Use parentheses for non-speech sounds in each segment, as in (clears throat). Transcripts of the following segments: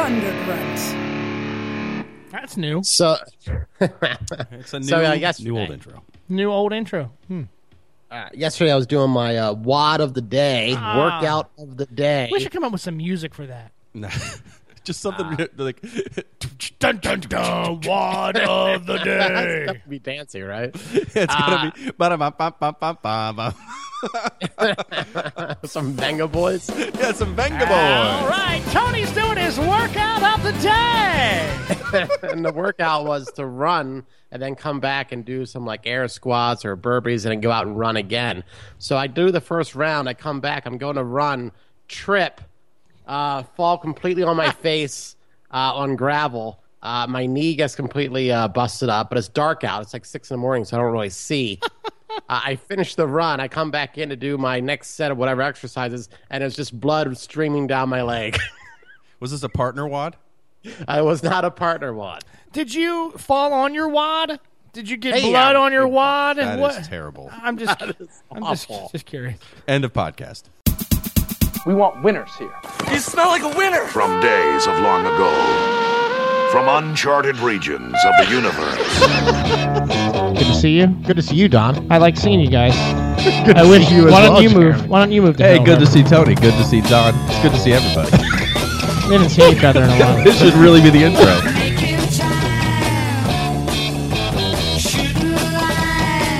undergrunt. That's new. So, It's a new, So, uh, yes, new old hey. intro. New old intro. Hmm. uh, yesterday I was doing my uh, wad of the day, Ah. workout of the day. We should come up with some music for that. Nah. (laughs) Just something Ah. like (laughs) Dun dun dun. Wad of the (laughs) day. That'd be fancy, right? (laughs) it's gonna be ba-da-ba-ba-ba-ba-ba. (laughs) Some Benga boys. yeah, some Venga All boy. right, Tony's doing his workout of the day. and the workout was to run and then come back and do some like air squats or burpees and then go out and run again. So I do the first round. I come back. I'm going to run, trip, uh, fall completely on my face uh, on gravel. Uh, my knee gets completely uh, busted up, but it's dark out. It's like six in the morning, so I don't really see. Uh, I finish the run. I come back in to do my next set of whatever exercises, and it's just blood streaming down my leg. (laughs) Was this a partner wad? I was not a partner one. (laughs) Did you fall on your wad? Did you get Hey, blood I'm- on your wad? And That is what? terrible. I'm just, I'm just, awful. just curious. End of podcast. We want winners here. From days of long ago. From uncharted regions of the universe. Good to see you. Good to see you, Don. I like seeing you guys. I wish you Why don't you move? Why don't you move? To Hey, good to see Tony. Good to see Don. It's good to see everybody. We haven't seen each other in a while. this should really be the intro.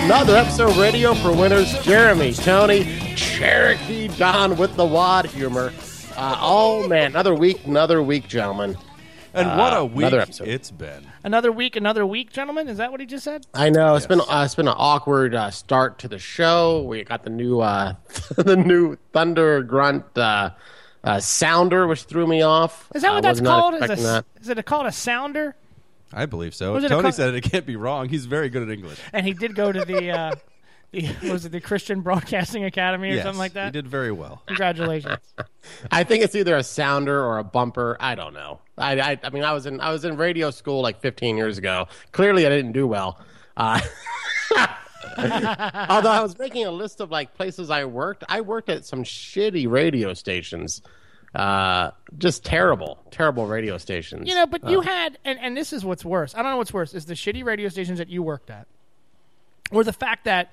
Another episode of Radio for Winners. Jeremy, Tony, Cherokee, Don with the wad humor. Uh, oh man, another week, another week, gentlemen. And what Ah, a week another episode. it's been. Another week, another week, gentlemen. Is that what he just said? I know it's been uh, it's been an awkward uh, start to the show. We got the new uh, (laughs) the new thunder grunt uh, uh, sounder, which threw me off. Is that I what that's was not called? Is, expecting a, that. is it a, called a sounder? I believe so. Was it a Tony co- said it, it can't be wrong. He's very good at English. And he did go to the, uh, (laughs) the was it the Christian Broadcasting Academy or yes, something like that? He did very well. Congratulations. I think it's either a sounder or a bumper. I don't know. I, I, I mean, I was in I was in radio school like 15 years ago. Clearly, I didn't do well. Uh, (laughs) although I was making a list of like places I worked, I worked at some shitty radio stations. Uh, just terrible, terrible radio stations. You know, but you had, and, and this is what's worse. I don't know what's worse is the shitty radio stations that you worked at, or the fact that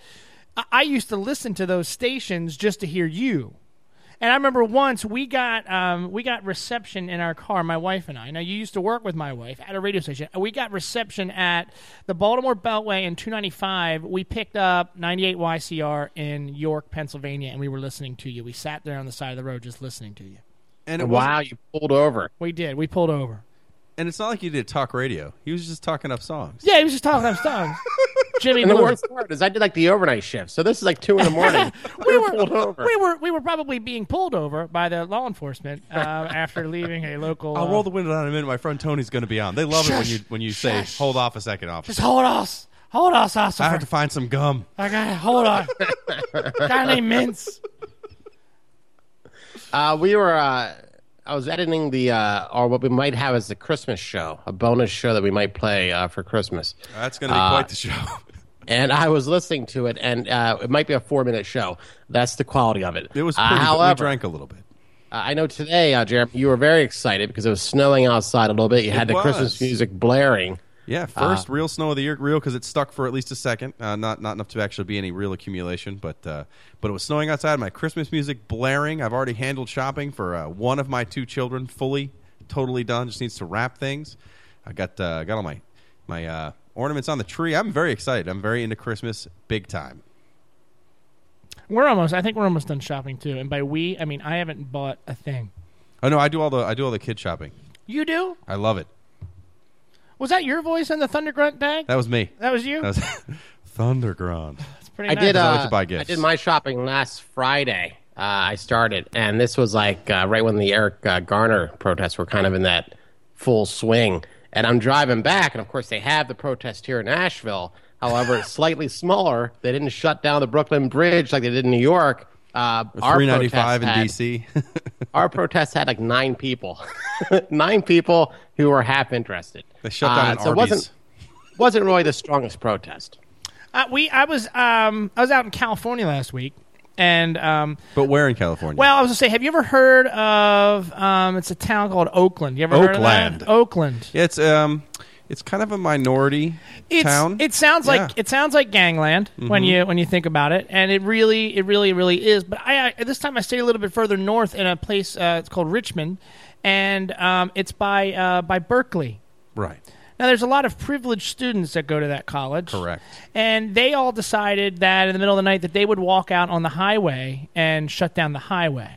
I, I used to listen to those stations just to hear you. And I remember once we got um, we got reception in our car, my wife and I. Now you used to work with my wife at a radio station. We got reception at the Baltimore Beltway in 295. We picked up 98 YCR in York, Pennsylvania, and we were listening to you. We sat there on the side of the road just listening to you. And it wasn't- wow, you pulled over. We did. We pulled over. And it's not like you did talk radio. He was just talking up songs. Yeah, he was just talking about (laughs) songs. Jimmy And the Blue. worst part is I did like the overnight shift, so this is like two in the morning. (laughs) we were pulled over. we were we were probably being pulled over by the law enforcement (laughs) uh, after leaving a local. I'll uh, roll the window down in a minute. My friend Tony's going to be on. They love it when you when you say, "Hold off a second, Just officer. hold us, hold us, officer. I have to find some gum." (laughs) I got uh, hold on. Guy named Mints. Uh, we were. Uh, I was editing the, uh, or what we might have as the Christmas show, a bonus show that we might play uh, for Christmas. That's going to be Uh, quite the show. And I was listening to it, and uh, it might be a four-minute show. That's the quality of it. (laughs) It was Uh, pretty. however, we drank a little bit. uh, I know today, uh, Jeremy, you were very excited because it was snowing outside a little bit. You had It the Christmas was. music blaring. Uh, Yeah, first real snow of the year, real because it stuck for at least a second. Uh, not not enough to actually be any real accumulation, but uh, but it was snowing outside. My Christmas music blaring. I've already handled shopping for uh, one of my two children, fully, totally done. Just needs to wrap things. I got uh, got all my my uh, ornaments on the tree. I'm very excited. I'm very into Christmas, big time. We're almost. I think we're almost done shopping too. And by we, I mean I haven't bought a thing. Oh no, I do all the I do all the kid shopping. You do? I love it. Was that your voice in the Thunder Grunt bag? Uh, That was me. That was you. (laughs) That was (sighs) Thunderground. That's pretty. I nice. did. Uh, I like to buy I gifts. did my shopping last Friday. Uh, I started, and this was like uh, right when the Eric uh, Garner protests were kind of in that full swing. And I'm driving back, and of course they have the protest here in Nashville. However, it's slightly (laughs) smaller. They didn't shut down the Brooklyn Bridge like they did in New York. Uh, our Three ninety five protest in had- DC. Our protest had like nine people, (laughs) nine people who were half interested. they shut down Uh, an so it Arby's. wasn't wasn't really the strongest protest. Uh, we I was um I was out in California last week and um, (laughs) But where in California? well, I was gonna say, have you ever heard of? Um, it's a town called Oakland. You ever heard of Oakland. that? Oakland. it's um, it's kind of a minority It's, town. It sounds like Yeah. it sounds like gangland Mm-hmm. when you when you think about it, and it really it really really is. But I, I this time I stayed a little bit further north in a place. Uh, it's called Richmond, and um, it's by uh, by Berkeley. right. Now, there's a lot of privileged students that go to that college. Correct. And they all decided that in the middle of the night that they would walk out on the highway and shut down the highway.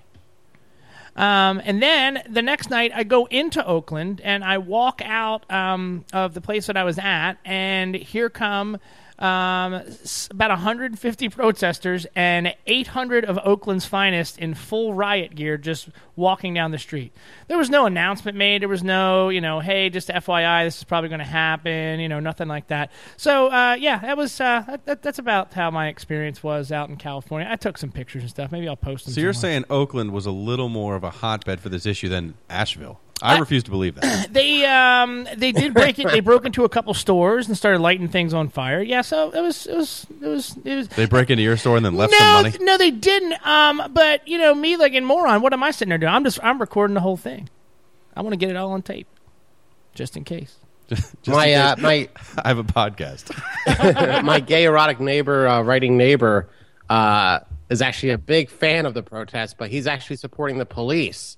Um, and then the next night, I go into Oakland and I walk out um, of the place that I was at, and here come um, s- about 150 protesters and 800 of Oakland's finest in full riot gear just walking down the street. There was no announcement made. There was no, you know, hey, just FYI, this is probably going to happen. You know, nothing like that. So uh, yeah, that was uh, that- that, that's about how my experience was out in California. I took some pictures and stuff. Maybe I'll post them. So you're somewhere. saying Oakland was a little more of a hotbed for this issue than Asheville? I, refuse to believe (coughs) that. They um they did break it. They broke into a couple stores and started lighting things on fire. Yeah, so it was it was it was it was. they break into your store and then left no, some money. no, they didn't. Um, but you know me, like in moron. What am I sitting there doing? I'm just I'm recording the whole thing. I want to get it all on tape, just in case. Just in My case- uh, my (laughs) I have a podcast. (laughs) my gay erotic neighbor, uh, writing neighbor, uh, is actually a big fan of the protest, but he's actually supporting the police.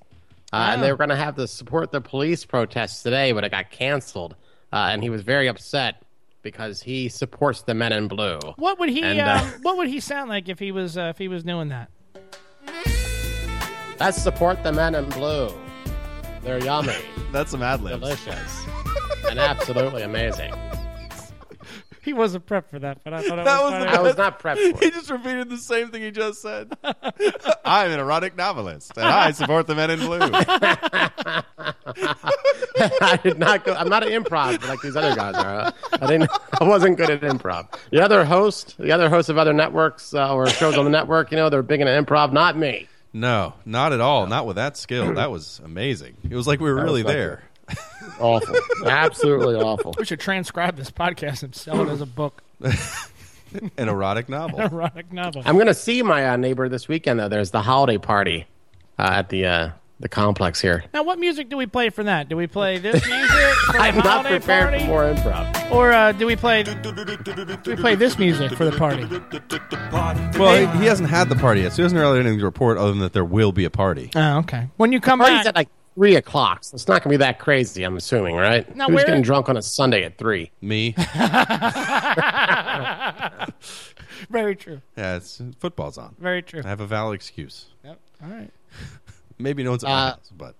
Uh, And they were going to have the support the police protest today, but it got canceled. Uh, and he was very upset because he supports the men in blue. What would he And, uh, um, What would he sound like if he was uh, if he was doing that? Let's support the men in blue. They're yummy, That's some ad libs. delicious, and absolutely amazing. He wasn't prepped for that, but I thought it That was, was the funny. I was not prepped for (laughs) He it. just repeated the same thing he (laughs) just said. (laughs) I'm an erotic novelist, and I support the men in blue. (laughs) I did not go. I'm not an improv like these other guys are. I didn't. I wasn't good at improv. The other host, the other hosts of other networks uh, or shows on the network, you know, they're big into improv. Not me. No, not at all. Not with that skill. That was amazing. It was like we were was really not there. Awful. Absolutely awful. (laughs) We should transcribe this podcast and sell it as a book, An erotic novel. erotic novel. I'm gonna see my uh, neighbor this weekend though. There's the holiday party uh, at the uh, the complex here. Now, what music do we play for that? Do we play this music for the I'm not holiday prepared party, for more improv. or uh, do we play do we play this music for the party? Well, he, he hasn't had the party yet, so he doesn't really have anything to report other than that there will be a party. Oh, okay. When you come Party's at back, like three o'clock, so it's not gonna be that crazy. I'm assuming, right? Now, Who's where- getting drunk on a Sunday at three? Me? very true, yeah, it's, football's on. very true. I have a valid excuse. Yep. All right. Maybe no one's at my Uh, house, but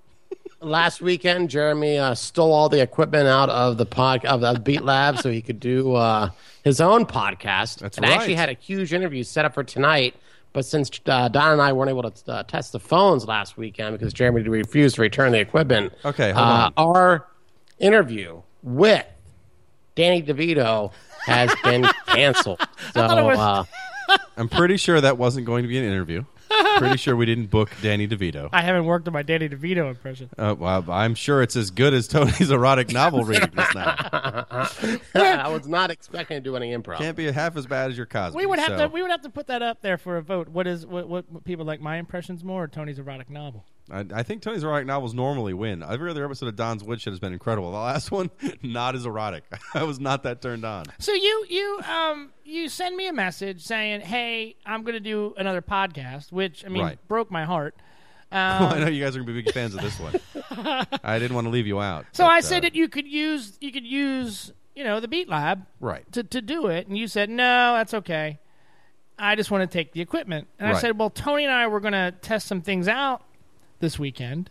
last weekend, Jeremy uh, stole all the equipment out of the pod of the Beat Lab so he could do uh, his own podcast. That's and I actually right. had a huge interview set up for tonight. But since uh, Don and I weren't able to uh, test the phones last weekend because Jeremy refused to return the equipment, Okay, hold uh, on. our interview with Danny DeVito has (laughs) been canceled. So it was- (laughs) uh, (laughs) I'm pretty sure that wasn't going to be an interview. pretty sure we didn't book Danny DeVito. (laughs) I haven't worked on my Danny DeVito impression. Uh, well, I'm sure it's as good as Tony's erotic novel reading just now. I was not expecting to do any improv. Can't be half as bad as your Cosby. We would have so- to we would have to put that up there for a vote. What is what what, what people like my impressions more or Tony's erotic novel? I, I think Tony's erotic novels normally win. Every other episode of Don's Woodshed has been incredible. The last one, (laughs) not as erotic. (laughs) I was not that turned on. (laughs) So you you um you send me a message saying, "Hey, I'm going to do another podcast," which I mean Right. broke my heart. Um, well, I know you guys are going to be big fans of this (laughs) one. I didn't want to leave you out. So but, I uh, said that you could use you could use you know the Beat Lab Right. to to do it, and you said no, that's okay. I just want to take the equipment, and I Right. said, well, Tony and I were going to test some things out this weekend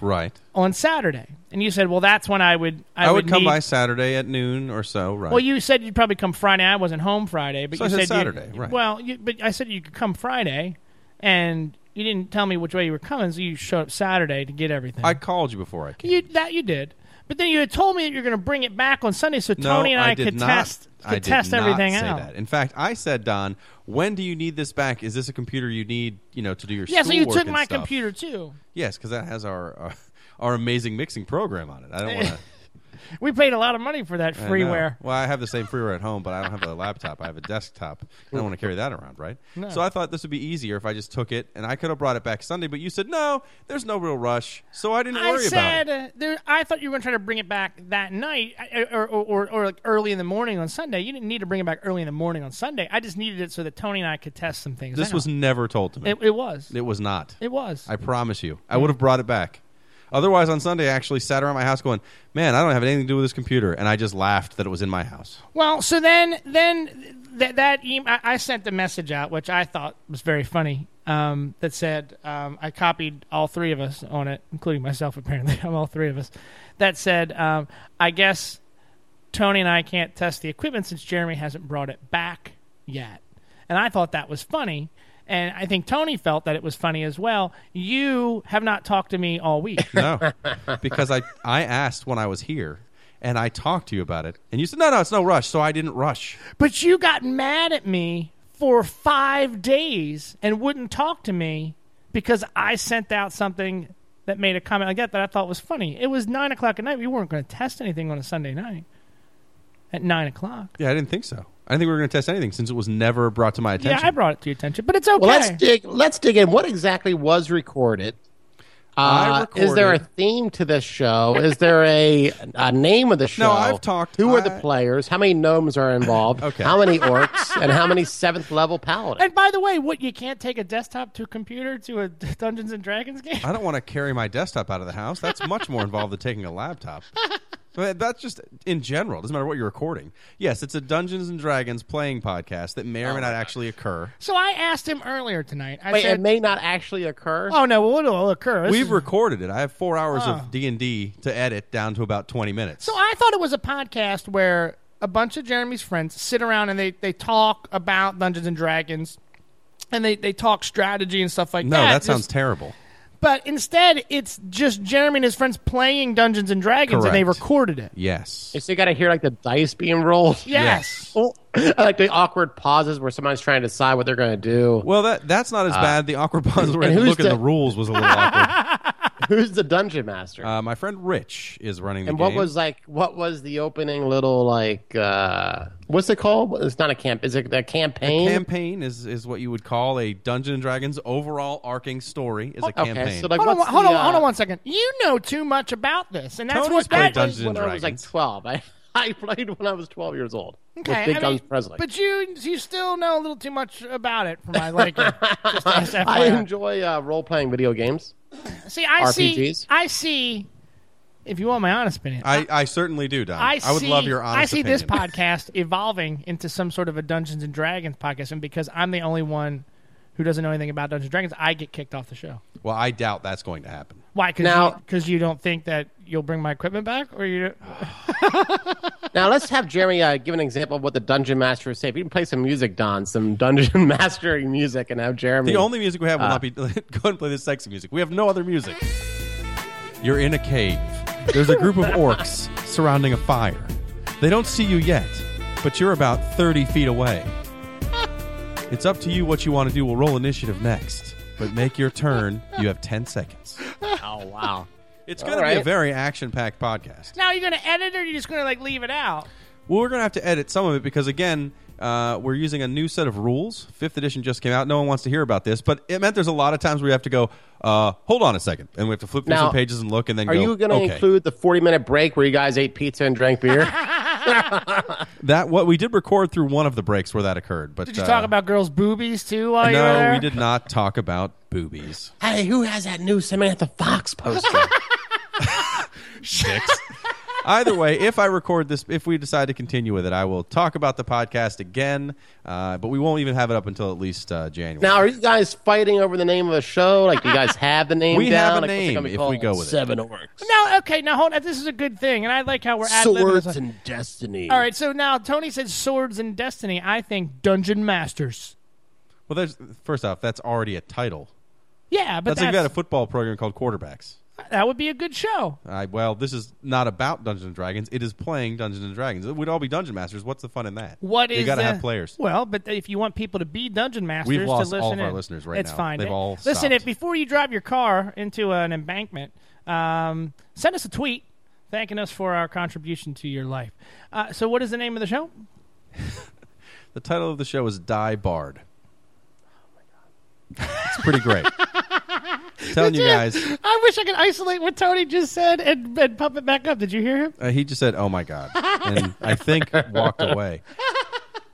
Right. on Saturday, and you said, well, that's when I would I, I, would come need- by Saturday at noon or so, right? Well, you said you'd probably come Friday. I wasn't home Friday, but So you I said said you- Saturday, right. Well, you, but I said you could come Friday, and you didn't tell me which way you were coming, so you showed up Saturday to get everything. I called you before I came. you that you did, but then you had told me that you're going to bring it back on Sunday, so (laughs) no, Tony and I, did could not, test could I did test not everything say out. That. In fact, I said, Don, when do you need this back? Is this a computer you need, you know, to do your Yeah, so you schoolwork took and my stuff? computer too. uh, (laughs) (laughs) Yes, because that has our, our our amazing mixing program on it. I don't want to. We paid a lot of money for that I know. freeware. Well, I have the same freeware at home, but I don't have a laptop. I have a desktop. I don't want to carry that around, right? So I thought this would be easier if I just took it, and I could have brought it back Sunday. But you said no, there's no real rush, so I didn't I worry said about it. uh, there, I thought you were going to try to bring it back that night uh, or, or, or, or like early in the morning on Sunday. You didn't need to bring it back early in the morning on Sunday. I just needed it so that Tony and I could test some things. This out. was never told to me. it, it was It was not. it was. I promise you. I would have brought it back. Otherwise, on Sunday, I actually sat around my house going, "Man, I don't have anything to do with this computer," and I just laughed that it was in my house. Well, so then then th- that e- I, I sent the message out, which I thought was very funny. Um, that said, um, I copied all three of us on it, including myself. (laughs) Apparently, I'm all three of us. That said, um, I guess Tony and I can't test the equipment since Jeremy hasn't brought it back yet. And I thought that was funny. And I think Tony felt that it was funny as well. You have not talked to me all week. (laughs) No, because I I asked when I was here, and I talked to you about it, and you said, "No, no, it's no rush," so I didn't rush. But you got mad at me for five days and wouldn't talk to me because I sent out something that made a comment like that that I thought was funny. It was nine o'clock at night. We weren't going to test anything on a Sunday night at nine o'clock. Yeah, I didn't think so. I didn't think we were going to test anything since it was never brought to my attention. Yeah, I brought it to your attention, but it's okay. Well, let's dig. Let's dig in. What exactly was recorded? I Uh, Is there a recorded- theme to this show? Is there a, a name (laughs) of the show? I've talked- Who are the I- players? How many gnomes are involved? (laughs) Okay. How many orcs? and how many seventh level paladins? and by the way, what you can't take a desktop to a computer to a (laughs) Dungeons and Dragons game? I don't want to carry my desktop out of the house. That's much more involved than taking a laptop. (laughs) But that's just in general. Doesn't matter what you're recording. Yes, it's a Dungeons and Dragons playing podcast that Oh, may or may not actually occur. So I asked him earlier tonight. I Wait, said, it may not actually occur. "Oh no, well, it'll occur." This We've is- Ah. recorded it. I have four hours of D and D to edit down to about twenty minutes. So I thought it was a podcast where a bunch of Jeremy's friends sit around and they, they talk about Dungeons and Dragons and they, they talk strategy and stuff like no, that. that sounds Just- terrible. but instead, it's just Jeremy and his friends playing Dungeons and Dragons and they Correct. recorded it. Yes. So you got to hear like the dice being rolled. Yes. Oh, (laughs) like the awkward pauses where somebody's trying to decide what they're going to do. Well, that that's not as Ah. bad. The awkward (laughs) pause where I had to who's look at the- the rules was a little (laughs) awkward. Who's the dungeon master? Uh, my friend Rich is running the and what game. was like? What was the opening little like? uh What's it called? It's not a camp. Is it a campaign? campaign is is what you would call a Dungeon and Dragons overall arcing story is a Okay, campaign. so like, Hold on, what's hold the, on, uh, hold on one second. You know too much about this, and that's Tony's what played that Dungeons and when I was like Dragons. twelve. I, (laughs) I played when I was twelve years old. Okay, with Big I Guns mean, Presley. but you you still know a little too much about it for my liking. (laughs) Just as I FYI. enjoy uh, role playing video games. see, I see, RPGs. I see. If you want my honest opinion, I, I certainly do, Don. I, I, would see- love your honest I see this opinion. podcast evolving into some sort of a Dungeons and Dragons podcast, and because I'm the only one who doesn't know anything about Dungeons and Dragons, I get kicked off the show. Well, I doubt that's going to happen. Why? Because Now- because you, don't think that you'll bring my equipment back, or you? Now let's have Jeremy uh, give an example of what the dungeon master would say. If you can play some music, Don, some dungeon (laughs) mastering music, and have Jeremy. The only music we have will Uh. not be. (laughs) go ahead and play this sexy music. We have no other music. You're in a cave. There's (laughs) a group of orcs surrounding a fire. They don't see you yet, but you're about 30 (laughs) feet away. It's up to you what you want to do. We'll roll initiative next, but make your turn. You have 10 seconds. oh wow. It's going to be a right. very action packed podcast. Now you're going to edit, or you're just going to like leave it out? Well, we're going to have to edit some of it because, again, uh, we're using a new set of rules. Fifth edition just came out. No one wants to hear about this, but it meant there's a lot of times where you have to go, uh, hold on a second. And we have to flip through Now, some pages and look and then Are go, you going to okay. include the 40 minute break where you guys ate pizza and drank beer? (laughs) that? What we did record through one of the breaks where that occurred. But Did you uh, talk about girls' boobies too? While you were No, there? we did not talk about boobies. hey, who has that new Samantha Fox poster? (laughs) Either way, if I record this, if we decide to continue with it, I will talk about the podcast again. Uh, but we won't even have it up until at least uh, January. now, are you guys fighting over the name of the show? Like, do you guys have the name (laughs) We down? have a Like, what's it name gonna be if called? we go with it. Seven Orcs. No, okay, now hold on. This is a good thing, and I like how we're ad-libbing. Swords and Destiny. All right, so now Tony said swords and destiny. I think dungeon masters. Well, there's, first off, that's already a title. Yeah, but That's, like we had a football program called Quarterbacks. that would be a good show. I, well, this is not about Dungeons and Dragons. It is playing Dungeons and Dragons. We'd all be dungeon masters. What's the fun in that? What is you got to the- have players? Well, but if you want people to be dungeon masters, We've lost to listen all of our in, listeners right it's now. fine. They've all listen. stopped. If before you drive your car into an embankment, um, send us a tweet. thanking us for our contribution to your life. Uh, so, what is the name of the show? The title of the show is Die Bard. Oh it's pretty (laughs) great. Telling you guys, I wish I could isolate what Tony just said and, and pump it back up. Did you hear him? uh, he just said, "Oh my god," and (laughs) I think walked away.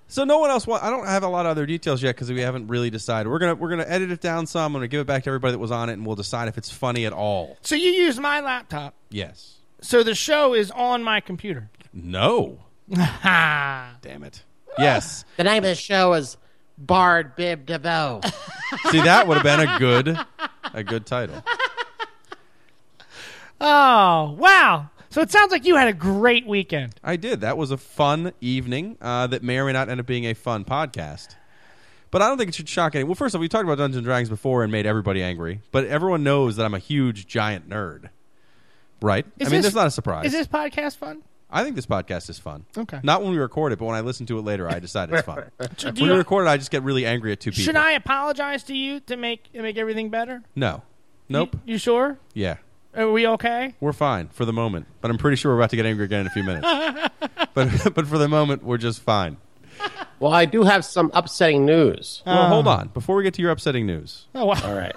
So no one else. Wa- I don't have a lot of other details yet because we haven't really decided. We're gonna we're gonna edit it down some. I'm gonna give it back to everybody that was on it, and we'll decide if it's funny at all. So, you used my laptop. Yes. So, the show is on my computer. No. Ha! Damn it. Yes. The name of the show is Bard Bib DeVoe. See, that would have been a good a good title. Oh, wow. So, it sounds like you had a great weekend. I did. That was a fun evening uh, that may or may not end up being a fun podcast. But I don't think it should shock anyone. Well, first of all, we talked about Dungeons and Dragons before and made everybody angry. But everyone knows that I'm a huge, giant nerd. Right? Is I mean, this- that's not a surprise. Is this Oh, podcast fun? I think this podcast is fun. Okay. Not when we record it, but when I listen to it later, I decide it's (laughs) fun. So do when you- we record it, I just get really angry at two people. should I apologize to you to make to make everything better? No. Nope. You, you sure? yeah. Are we okay? We're fine for the moment, but I'm pretty sure we're about to get angry again in a few (laughs) minutes. but (laughs) but for the moment, we're just fine. well, I do have some upsetting news. Well, hold Uh. on. Before we get to your upsetting news, Oh wow! All (laughs) right.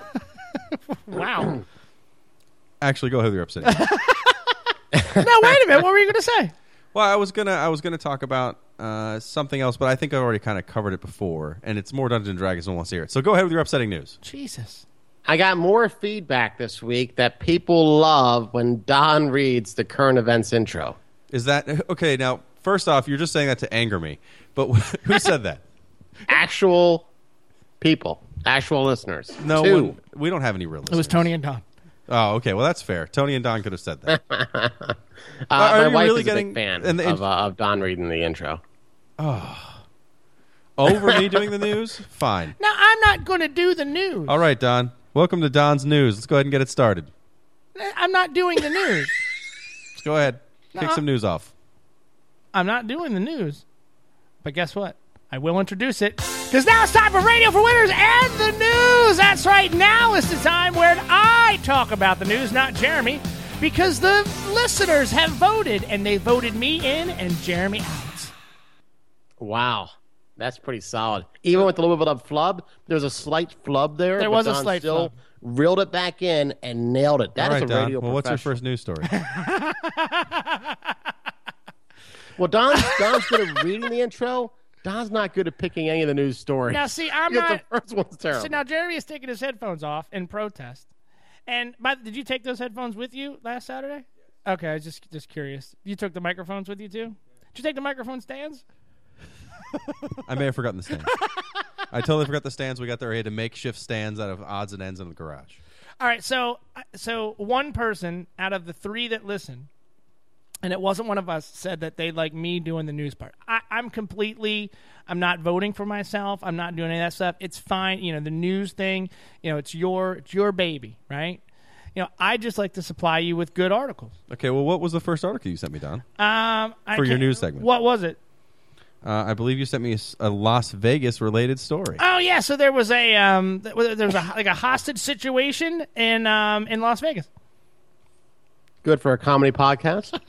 Wow. actually, go ahead with your upsetting. news. (laughs) (laughs) no, wait a minute. What were you going to say? Well, I was gonna I was gonna talk about uh, something else, but I think I already kind of covered it before, and it's more Dungeons and Dragons. No one wants to hear it. So go ahead with your upsetting news. Jesus. (clears throat) I got more feedback this week that people love when Don reads the current events intro. Is that (laughs) okay? Now, first off, you're just saying that to anger me, but (laughs) who said that? Actual people, actual listeners. No Two. one. We don't have any real. It was Tony and Don. Oh, okay. Well, that's fair. Tony and Don could have said that. (laughs) Uh, Are my you wife really is a getting- big fan and the- of, uh, of Don reading the intro. Over me doing the news? Fine. Now I'm not going to do the news. All right, Don. Welcome to Don's news. Let's go ahead and get it started. I'm not doing the news. Let's go ahead. Kick Nuh-uh. some news off. (laughs) I'm not doing the news. But guess what? I will introduce it. Because now it's time for Radio for Winners and the news. That's right. Now is the time where I talk about the news, not Jeremy. Because the listeners have voted, and they voted me in and Jeremy out. Wow. That's pretty solid. Even with a little bit of flub, there was a slight flub there. There but was a Don slight still flub. Reeled it back in and nailed it. That All is right, a Don. radio. Well, what's your professional. first news story? Well, Don, Don's good at reading the intro. Don's not good at picking any of the news stories. (laughs) Now, see, I'm Yeah, not. The first one's terrible. So now Jeremy is taking his headphones off in protest. And by, did you take those headphones with you last Saturday? Okay, I was just just curious. You took the microphones with you too? Did you take the microphone stands? I may have forgotten the stands. I totally forgot the stands we got there. We had to makeshift stands out of odds and ends in the garage. All right, so so one person out of the three that listened, and it wasn't one of us, said that they like me doing the news part. I, I'm completely, I'm not voting for myself. I'm not doing any of that stuff. It's fine, you know, the news thing. You know, it's your it's your baby, right? You know, I just like to supply you with good articles. Okay, well, what was the first article you sent me, Don? Um, I For your can't- news segment. What was it? Uh, I believe you sent me a s- a Las Vegas related story. Oh yeah, so there was a um, th- there was a like a hostage situation in um in Las Vegas. good for a (laughs) comedy podcast.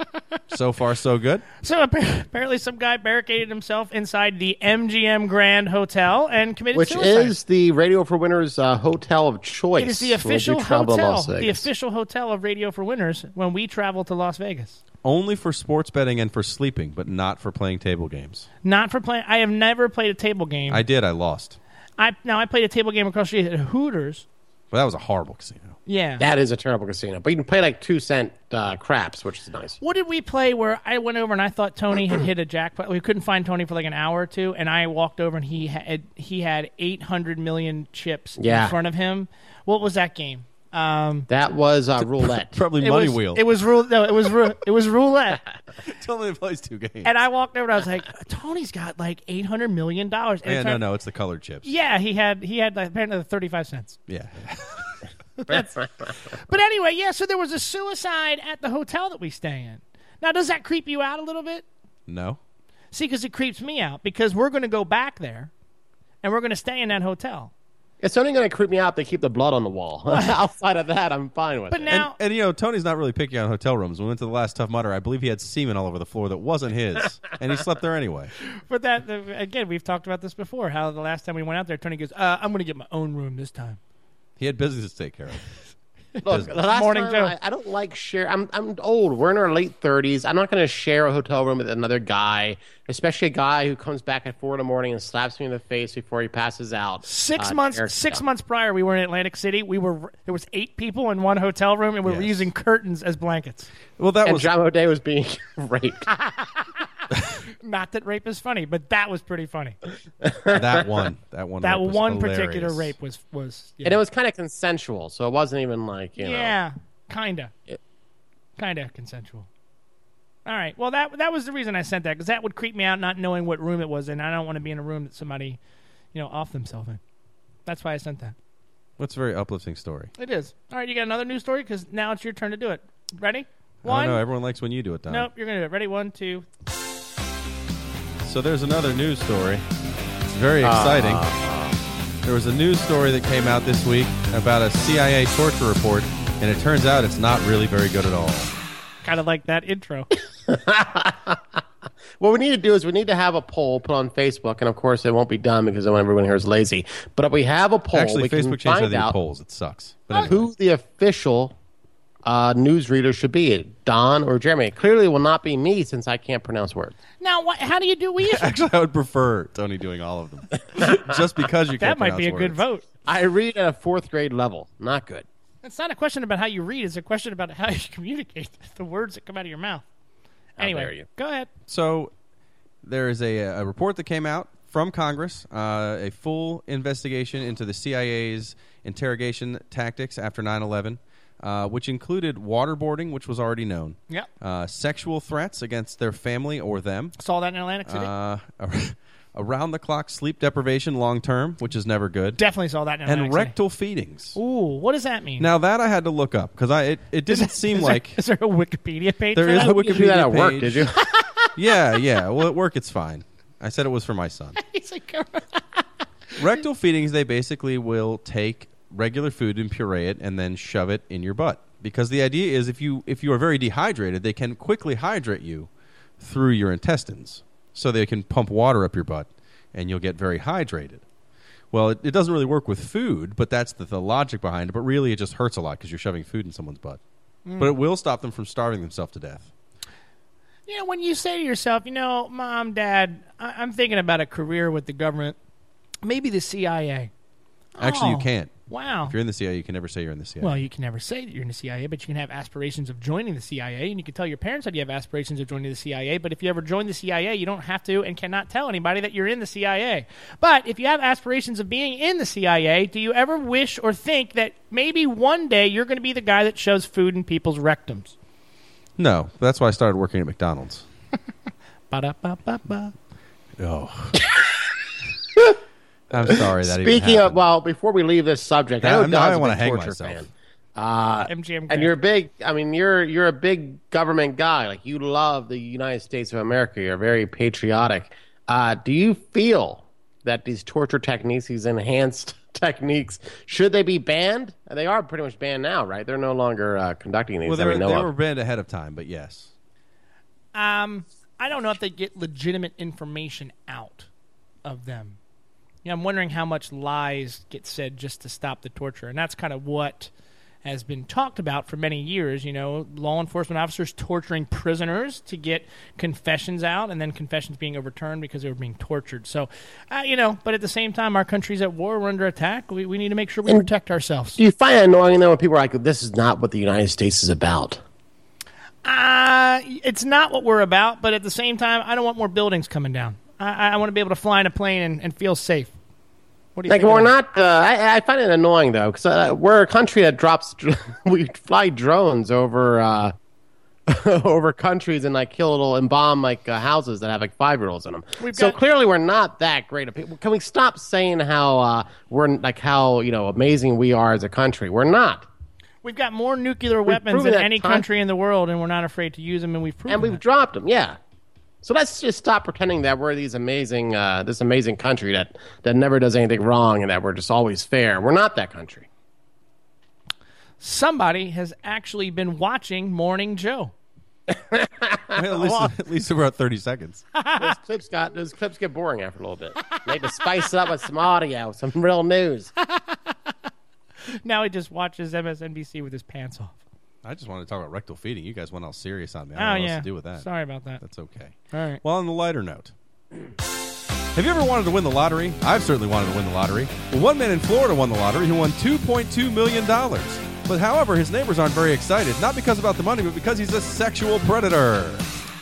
So far, so good. So (laughs) appa- apparently, some guy barricaded himself inside the MGM Grand Hotel and committed which suicide. is the Radio for Winners uh, hotel of choice. it is the when we do official travel to hotel, Las the Vegas. official hotel of Radio for Winners when we travel to Las Vegas. Only for sports betting and for sleeping, but not for playing table games. Not for playing. I have never played a table game. I I, did. I lost. now I played a table game across the street at Hooters. But that was a horrible casino. Yeah. that is a terrible casino, but you can play like two cent uh, craps, which is nice. What did we play where I went over and I thought Tony had hit a jackpot? We couldn't find Tony for like an hour or two, and I walked over and he had he had eight hundred million chips Yeah. in front of him. What was that game? Um, That was (laughs) uh, roulette. Probably it money was, wheel. (laughs) It was rule. No, it was ru- it was roulette. It only plays two games. And I walked over and I was like, Tony's got like eight hundred million dollars. And it yeah, Eh, no, turned- no, it's the colored chips. Yeah, he had he had like, apparently thirty five cents. Yeah. (laughs) But anyway, yeah. So there was a suicide at the hotel that we stay in. Now, does that creep you out a little bit? No. See, because it creeps me out because we're going to go back there and we're going to stay in that hotel. It's only going to creep me out to keep the blood on the wall. (laughs) Outside of that, I'm fine with But it. now, And you know, Tony's not really picky on hotel rooms. When we went to the last Tough Mudder, I believe he had semen all over the floor that (laughs) wasn't his, and he slept there anyway. but that again, we've talked about this before. How the last time we went out there, Tony goes, uh, "I'm going to get my own room this time." He had business to take care of. Look, the last Morning, time, Joe. I, I don't like share. I'm I'm old. We're in our late thirties. I'm not going to share a hotel room with another guy, especially a guy who comes back at four in the morning and slaps me in the face before he passes out. Six Ah, Uh, months, Eric- six months prior, we were in Atlantic City. We were there was eight people in one hotel room, and we were Yes. using curtains as blankets. Well, that And was John O'Day was being (laughs) (laughs) raped. Not that rape is funny, but that was pretty funny. that one. That one. That rape was one hilarious. particular rape was was yeah, and it was kind of consensual, so it wasn't even like you know. yeah, kinda, kinda consensual. All right. Well, that that was the reason I sent that because that would creep me out not knowing what room it was in. I don't want to be in a room that somebody, you know, off themselves in. That's why I sent that. That's a very uplifting story. It is. All right. You got another news story because now it's your turn to do it. Ready? I One. don't know. Everyone likes when you do it, Don. nope. You're gonna do it. Ready? One, two, So there's another news story. It's very exciting. Ah. there was a news story that came out this week about a CIA torture report, and it turns out it's not really very good at all. Oh, kind of like that intro. What we need to do is we need to have a poll put on Facebook, and of course it won't be done because everyone here is lazy. But if we have a poll, Actually, we Facebook can changed how find they do out polls. It sucks. But anyway. who the official uh, newsreader should be, it Don or Jeremy. It clearly will not be me since I can't pronounce words. (coughs) now, what? How do you do? (laughs) We issue? Actually, I would prefer Tony doing all of them, (laughs) just because you that can't might be a pronounce good vote. words. I read at a fourth grade level. Not good. It's not a question about how you read; it's a question about how you (laughs) communicate the words that come out of your mouth. Anyway, dare you. go ahead. So there is a, a report that came out from Congress, uh, a full investigation into the CIA's interrogation tactics after 9 11, uh, which included waterboarding, which was already known. Yep. Uh, sexual threats against their family or them. Saw that in Atlantic City. Uh, (laughs) around the clock sleep deprivation long term, which is never good. Definitely saw that in Atlantic and rectal feedings. City. Ooh, what does that mean? Now that I had to look up because I it, it didn't (laughs) seem is like there, (laughs) is there a Wikipedia page? there for is that? a You didn't do Wikipedia that at work, page. did (laughs) you? yeah, yeah. Well, at work it's fine. I said it was for (laughs) my son. (laughs) He's like, Rectal feedings, they basically will take regular food and puree it and then shove it in your butt. Because the idea is if you if you are very dehydrated, they can quickly hydrate you through your intestines. So they can pump water up your butt and you'll get very hydrated. Well, it, it doesn't really work with food, but that's the, the logic behind it. But really, it just hurts a lot because you're shoving food in someone's butt. Mm. But it will stop them from starving themselves to death. you know, when you say to yourself, you know, Mom, Dad, I- I'm thinking about a career with the government, maybe the CIA. Actually, you Oh, can't. Wow. If you're in the CIA, you can never say you're in the CIA. Well, you can never say that you're in the CIA, but you can have aspirations of joining the CIA, and you can tell your parents that you have aspirations of joining the CIA. But if you ever join the CIA, you don't have to and cannot tell anybody that you're in the CIA. But if you have aspirations of being in the CIA, do you ever wish or think that maybe one day you're going to be the guy that shoves food in people's rectums? no, that's why I started working at McDonald's. Ba-da-ba-ba-ba. Oh. (laughs) I'm sorry that even Speaking of, happened. well, before we leave this subject, Now- I know now I Don's a wanna big hang torture myself. fan. MGM. Uh, And you're a big. I mean, you're you're a big government guy. Like you love the United States of America. You're very patriotic. Uh, do you feel that these torture techniques, these enhanced (laughs) techniques, should they be banned? And They are pretty much banned now, right? They're no longer uh, conducting these. well, they, that were, we they know were of. banned ahead of time, (laughs) but yes. Um, I don't know if they get legitimate information out of them. You know, I'm wondering how much lies get said just to stop the torture, and that's kind of what has been talked about for many years. You know, law enforcement officers torturing prisoners to get confessions out, and then confessions being overturned because they were being tortured. So, uh, you know, but at the same time, our country's at war; we're under attack. We we need to make sure we protect ourselves. Do you find it annoying though when people are like, "This is not what the United States is about"? Uh, it's not what we're about, but at the same time, I don't want more buildings coming down. I, I want to be able to fly in a plane and, and feel safe. What do you Like think? we're of that? not. Uh, I, I find it annoying though because uh, we're a country that drops. (laughs) we fly drones over uh, (laughs) over countries and like kill little and bomb like uh, houses that have like five year olds in them. We've so got- clearly we're not that great. Of people. Can we stop saying how uh, we're like how you know amazing we are as a country? We're not. We've got more nuclear weapons proven than that any time- country in the world, and we're not afraid to use them, and we've proven And we've that. dropped them, yeah. So let's just stop pretending that we're these amazing, uh, this amazing country that that never does anything wrong and that we're just always fair. We're not that country. Somebody has actually been watching Morning Joe. Well, at, least, at least about (laughs) 30 seconds. Those clips got those clips get boring after a little bit. Need to spice it up with some audio, some real news. Now he just watches MSNBC with his pants off. I just wanted to talk about rectal feeding. You guys went all serious on me. I don't Oh know what yeah. else to do with that. Sorry about that. That's okay. All right. Well, on the lighter note, (clears throat) have you ever wanted to win the lottery? I've certainly wanted to win the lottery. Well, one man in Florida won the lottery who won $2.2 million. But however, his neighbors aren't very excited, not because about the money, but because he's a sexual predator.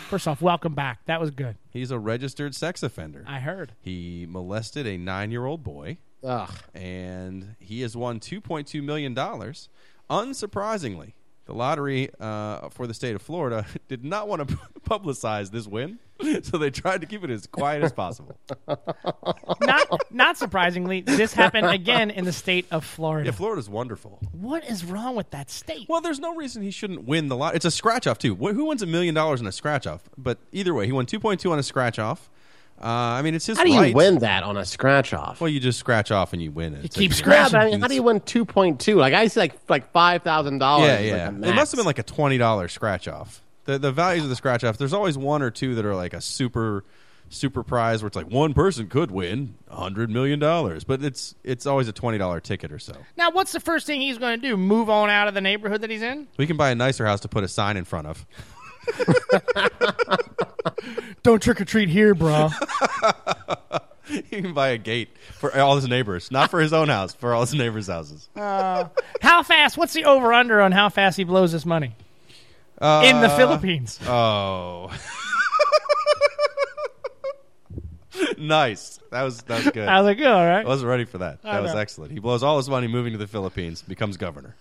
First off, welcome back. That was good. He's a registered sex offender. I heard. He molested a nine year old boy, Ugh. and he has won $2.2 million. Unsurprisingly, the lottery uh, for the state of Florida (laughs) did not want to publicize this win, (laughs) so they tried to keep it as quiet (laughs) as possible. (laughs) Not not surprisingly, this happened again in the state of Florida. Yeah, Florida's wonderful. what is wrong with that state? Well, there's no reason he shouldn't win the lot. It's a scratch off too. Wh- Who wins a million dollars in a scratch off? But either way, he won 2.2 on a scratch off. Uh, I mean, it's his How do you right. win that on a scratch off? Well, you just scratch off and you win it. It's keep like- yeah, scratching. but I mean, how do you win two point two? Like I see, like like five thousand dollars. Yeah, yeah. it must have been like a twenty dollar scratch off. The the values of the scratch off. There's always one or two that are like a super super prize where it's like one person could win hundred million dollars, but it's it's always a twenty dollar ticket or so. Now, what's the first thing he's going to do? Move on out of the neighborhood that he's in? We can buy a nicer house to put a sign in front of. (laughs) Don't trick or treat here, bro. (laughs) he can buy a gate for all his neighbors, not for his own house, for all his neighbors' houses. how fast? What's the over under on how fast he blows his money? in the Philippines. Oh. (laughs) nice. That was that was good. I was like, all right. I wasn't ready for that. That was know. excellent. He blows all his money moving to the Philippines, becomes governor.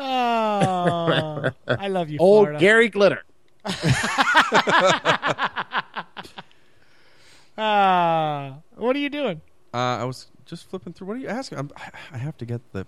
Oh, I love you, old Florida. Gary Glitter. Ah, what are you doing? Uh, I was just flipping through. What are you asking? I'm, I have to get the,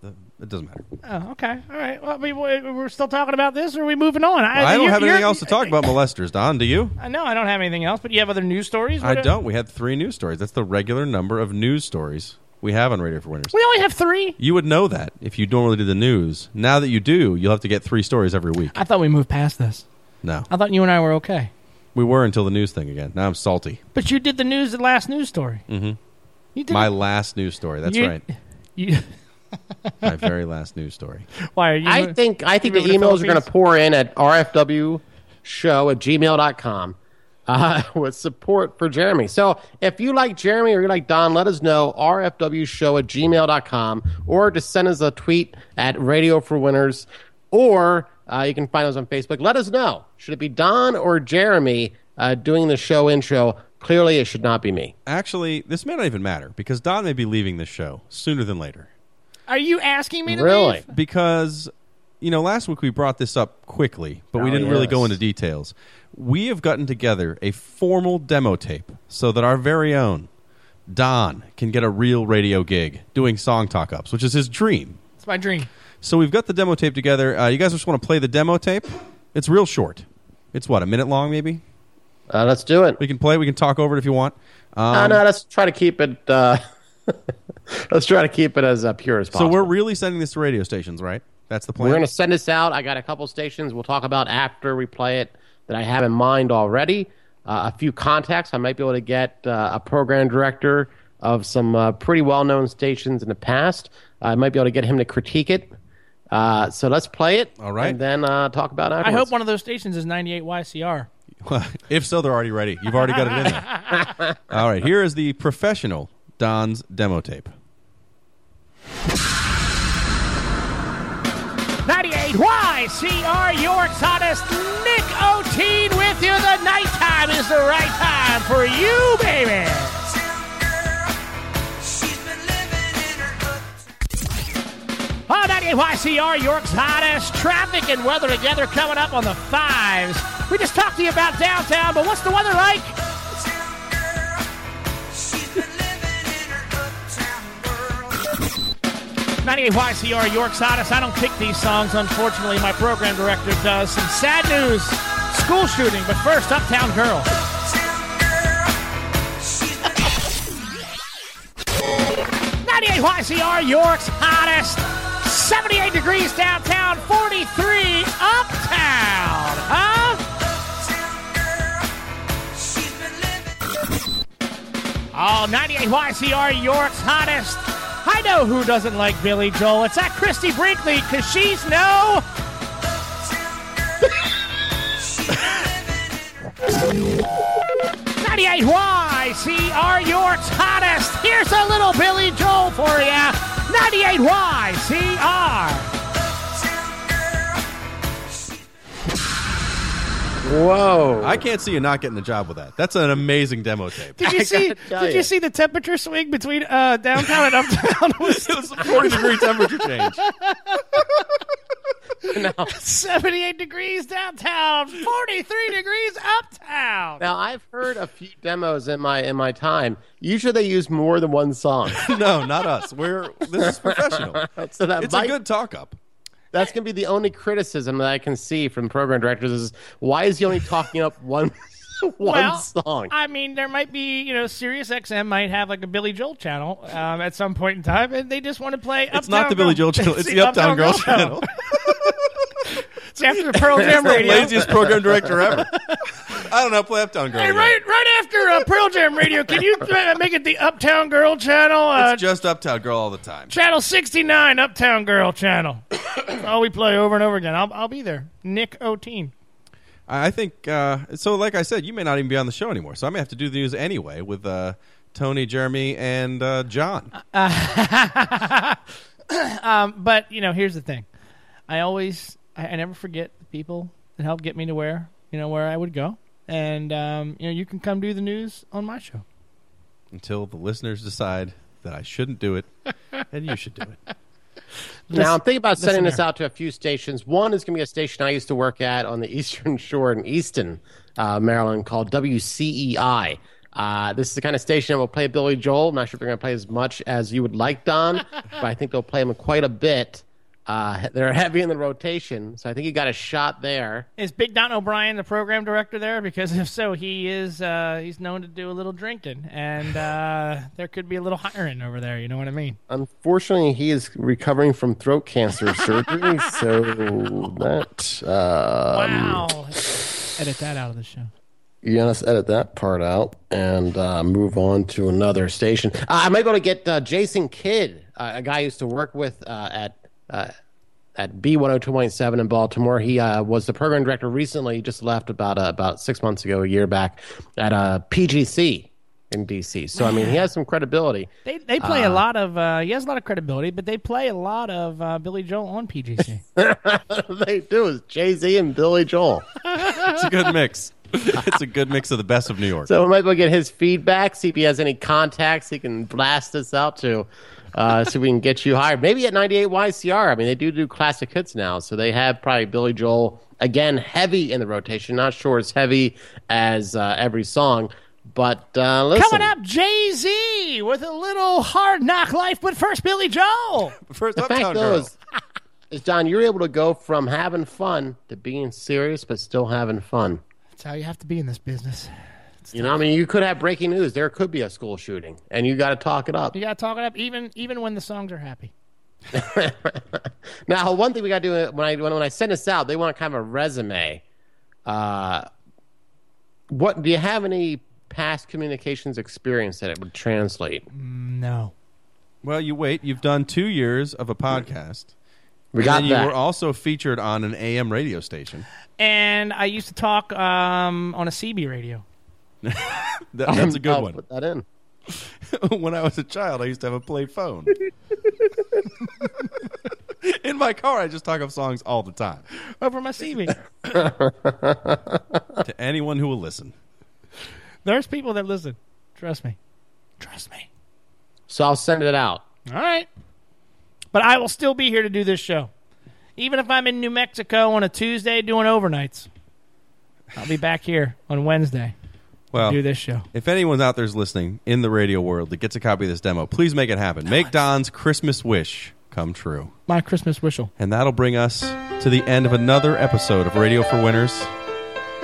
the. It doesn't matter. Oh, okay. All right. Well, I mean, we- we're still talking about this, or are we moving on? I don't you're- have anything you're- else to talk about molesters, Don. Do you? I know I don't have anything else, but you have other news stories? I What- don't. We had three news stories. That's the regular number of news stories we have on Radio for Winners. We only have three. You would know that if you normally do the news. Now that you do, you'll have to get three stories every week. I thought we moved past this. No, I thought you and I were okay. we were until the news thing again. Now I'm salty. But you did the news, the last news story. Mm-hmm. You did My last news story. That's You- right. (laughs) You, (laughs) My very last news story. why are you? I think I think the moving to emails are going Philippines? to pour in at rfwshow at gmail.com uh, (laughs) with support for Jeremy. So if you like Jeremy or you like Don, let us know rfwshow at gmail.com or just send us a tweet at Radio for Winners or uh, you can find us on Facebook. Let us know. Should it be Don or Jeremy uh, doing the show intro? Clearly, it should not be me. Actually, this may not even matter because Don may be leaving this show sooner than later. Are you asking me to Really? leave? because you know last week we brought this up quickly but we Oh, didn't really yes. go into details we have gotten together a formal demo tape so that our very own don can get a real radio gig doing song talk ups which is his dream It's my dream. so we've got the demo tape together uh, you guys just want to play the demo tape it's real short it's what a minute long maybe Uh, let's do it. we can play it, we can talk over it if you want um, Uh, no, let's try to keep it. Uh, (laughs) let's try to keep it as uh, pure as so possible. we're really sending this to radio stations right that's the plan We're going to send this out. I got a couple stations we'll talk about after we play it that I have in mind already. Uh, a few contacts. I might be able to get uh, a program director of some uh, pretty well known stations in the past. I might be able to get him to critique it. Uh, so let's play it. All right. And then uh, talk about it. I hope one of those stations is 98 YCR. (laughs) if so, they're already ready. You've already got it in there. (laughs) All right, here is the professional Don's demo tape. 98 YCR York's hottest Nick O'Teen with you. The nighttime is the right time for you, baby. Oh, 98 YCR York's hottest traffic and weather together coming up on the fives. We just talked to you about downtown, but what's the weather like? She's 98 YCR York's hottest. I don't pick these songs, unfortunately. My program director does. Some sad news. school shooting, but first, Uptown Girl. Ninety-eight YCR, York's hottest. Seventy-eight degrees downtown, forty-three uptown. Huh? Oh, 98 YCR, York's hottest. I know who doesn't like Billy Joel. It's that Christy Brinkley, because she's no Ninety-eight YCR, York's hottest. Here's a little Billy Joel for ya. Ninety-eight YCR. Whoa. I can't see you not getting the job with that. That's an amazing demo (laughs) tape. Did you see? tell Did you ya. see the temperature swing between uh, downtown and (laughs) uptown? It was It was a 40 degree temperature change. seventy-eight degrees downtown, forty-three degrees uptown. Now I've heard a few demos in my in my time. Usually they use more than one song. (laughs) (laughs) No, not us. We're this is professional. So that It's might, a good talk up. that's gonna be the only criticism that I can see from program directors is why is he only talking up (laughs) one one well, song? I mean, there might be, you know, Sirius XM might have like a Billy Joel channel um, at some point in time, and they just want to play. It's not the Billy Joel channel. (laughs) It's the Uptown Girl channel. It's after Pearl Jam The Radio. laziest program director ever. I don't know. Play Uptown Girl. Hey, again. right, right after uh, Pearl Jam Radio, can you uh, make it the Uptown Girl channel? Uh, It's just Uptown Girl all the time. channel sixty nine, Uptown Girl channel. oh, we play over and over again. I'll, I'll be there. Nick O'Teen. I I think uh, so. Like I said, you may not even be on the show anymore, so I may have to do the news anyway with uh, Tony, Jeremy, and uh, John. But you know, here's the thing. I always, I, I never forget the people that helped get me to where you know where I would go, and um, you know, you can come do the news on my show. Until the listeners decide that I shouldn't do it, (laughs) and you should do it. Now I'm thinking about sending this here. out to a few stations. One is going to be a station I used to work at on the Eastern Shore in Easton, uh, Maryland, called WCEI. Uh, this is the kind of station that will play Billy Joel. I'm not sure if they're going to play as much as you would (laughs) like, Don, but I think they'll play him quite a bit. Uh, they're (laughs) heavy in the rotation, so I think you got a shot there. Is Big Don O'Brien the program director there? Because if so, he is. Uh, he's known to do a little drinking, and uh, there could be a little hiring over there. You know what I mean? Unfortunately, he is recovering from throat cancer surgery, so that uh, Wow. Edit that out of the show. Yeah, let's edit that part out and uh, move on to another station. Uh, I might be able to get uh, Jason Kidd, uh, a guy I used to work with uh, at uh, at B one hundred two point seven in Baltimore. He uh, was the program director recently. He just left about uh, about six months ago, a year back, at uh, PGC in DC. So I mean, he has some credibility. They they play a lot of. Uh, he has a lot of credibility, but they play a lot of uh, Billy Joel on PGC. (laughs) they do is Jay Z and Billy Joel. It's a good mix. (laughs) It's a good mix of the best of New York. So we might as well get his feedback, see if he has any contacts he can blast us out to, uh, so we can get you hired. Maybe at 98 YCR. I mean, they do do classic hits now, so they have probably Billy Joel again heavy in the rotation. Not sure it's heavy as uh, every song, but uh, listen. Coming up, Jay Z with a little hard knock life, but first Billy Joel. First the Uptown fact Girl. is, is Don, you're able to go from having fun to being serious, but still having fun. That's how you have to be in this business. You know, I mean, you could have breaking news. There could be a school shooting, and you got to talk it up. You got to talk it up, even even when the songs are happy. Now, one thing we got to do uh, when I when, when I send this out, they want kind of a resume. Uh, what do you have any past communications experience that it would translate? No. Well, you wait. You've done two years of a podcast. We and got then you that. were also featured on an AM radio station. And I used to talk um, on a CB radio. That, Um, that's a good I'll one. (laughs) Put that in. when I was a child, I used to have a play (laughs) phone. (laughs) In my car, I just talk up songs all the time over my CV. to anyone who will listen. There's people that listen. Trust me. Trust me. So I'll send it out. All right. But I will still be here to do this show. Even if I'm in New Mexico on a Tuesday doing overnights, I'll be back here on Wednesday Well, to do this show. if anyone's out there's listening in the radio world that gets a copy of this demo, please make it happen. Make Don's Christmas wish come true. My Christmas whistle. And that'll bring us to the end of another episode of Radio for Winners.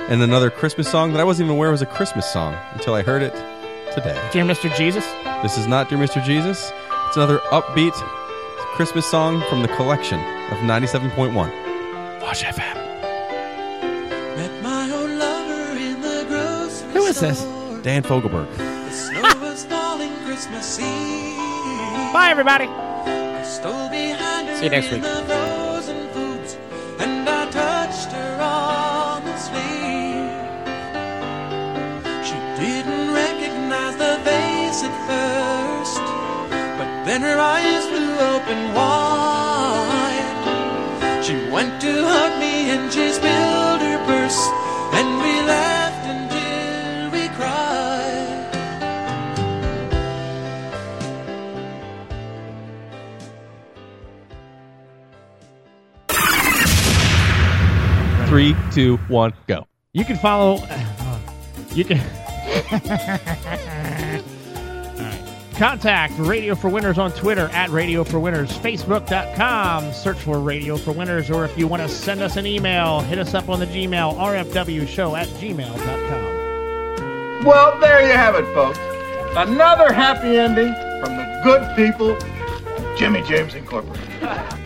and another Christmas song that I wasn't even aware was a Christmas song until I heard it today. Dear Mr. Jesus. This is not Dear Mr. Jesus. It's another upbeat Christmas song from the collection of 97.1. Watch FM. Met my old lover in the grocery Who is this? store. Dan Fogelberg. The snow was falling Christmas Eve. Bye, everybody. I stole behind her See you next in week. the frozen foods, and I touched her on the sleeve. She didn't recognize the face at first, but then her eyes flew open wide. She went to hug me and she spilled her purse. And we laughed until we cried. Three, two, one, go. You can follow. uh, You can. Contact Radio for Winners on Twitter at Radio for Winners, Facebook.com. Search for Radio for Winners, or if you want to send us an email, hit us up on the Gmail, rfwshow at gmail.com. Well, there you have it, folks. Another happy ending from the good people of Jimmy James Incorporated.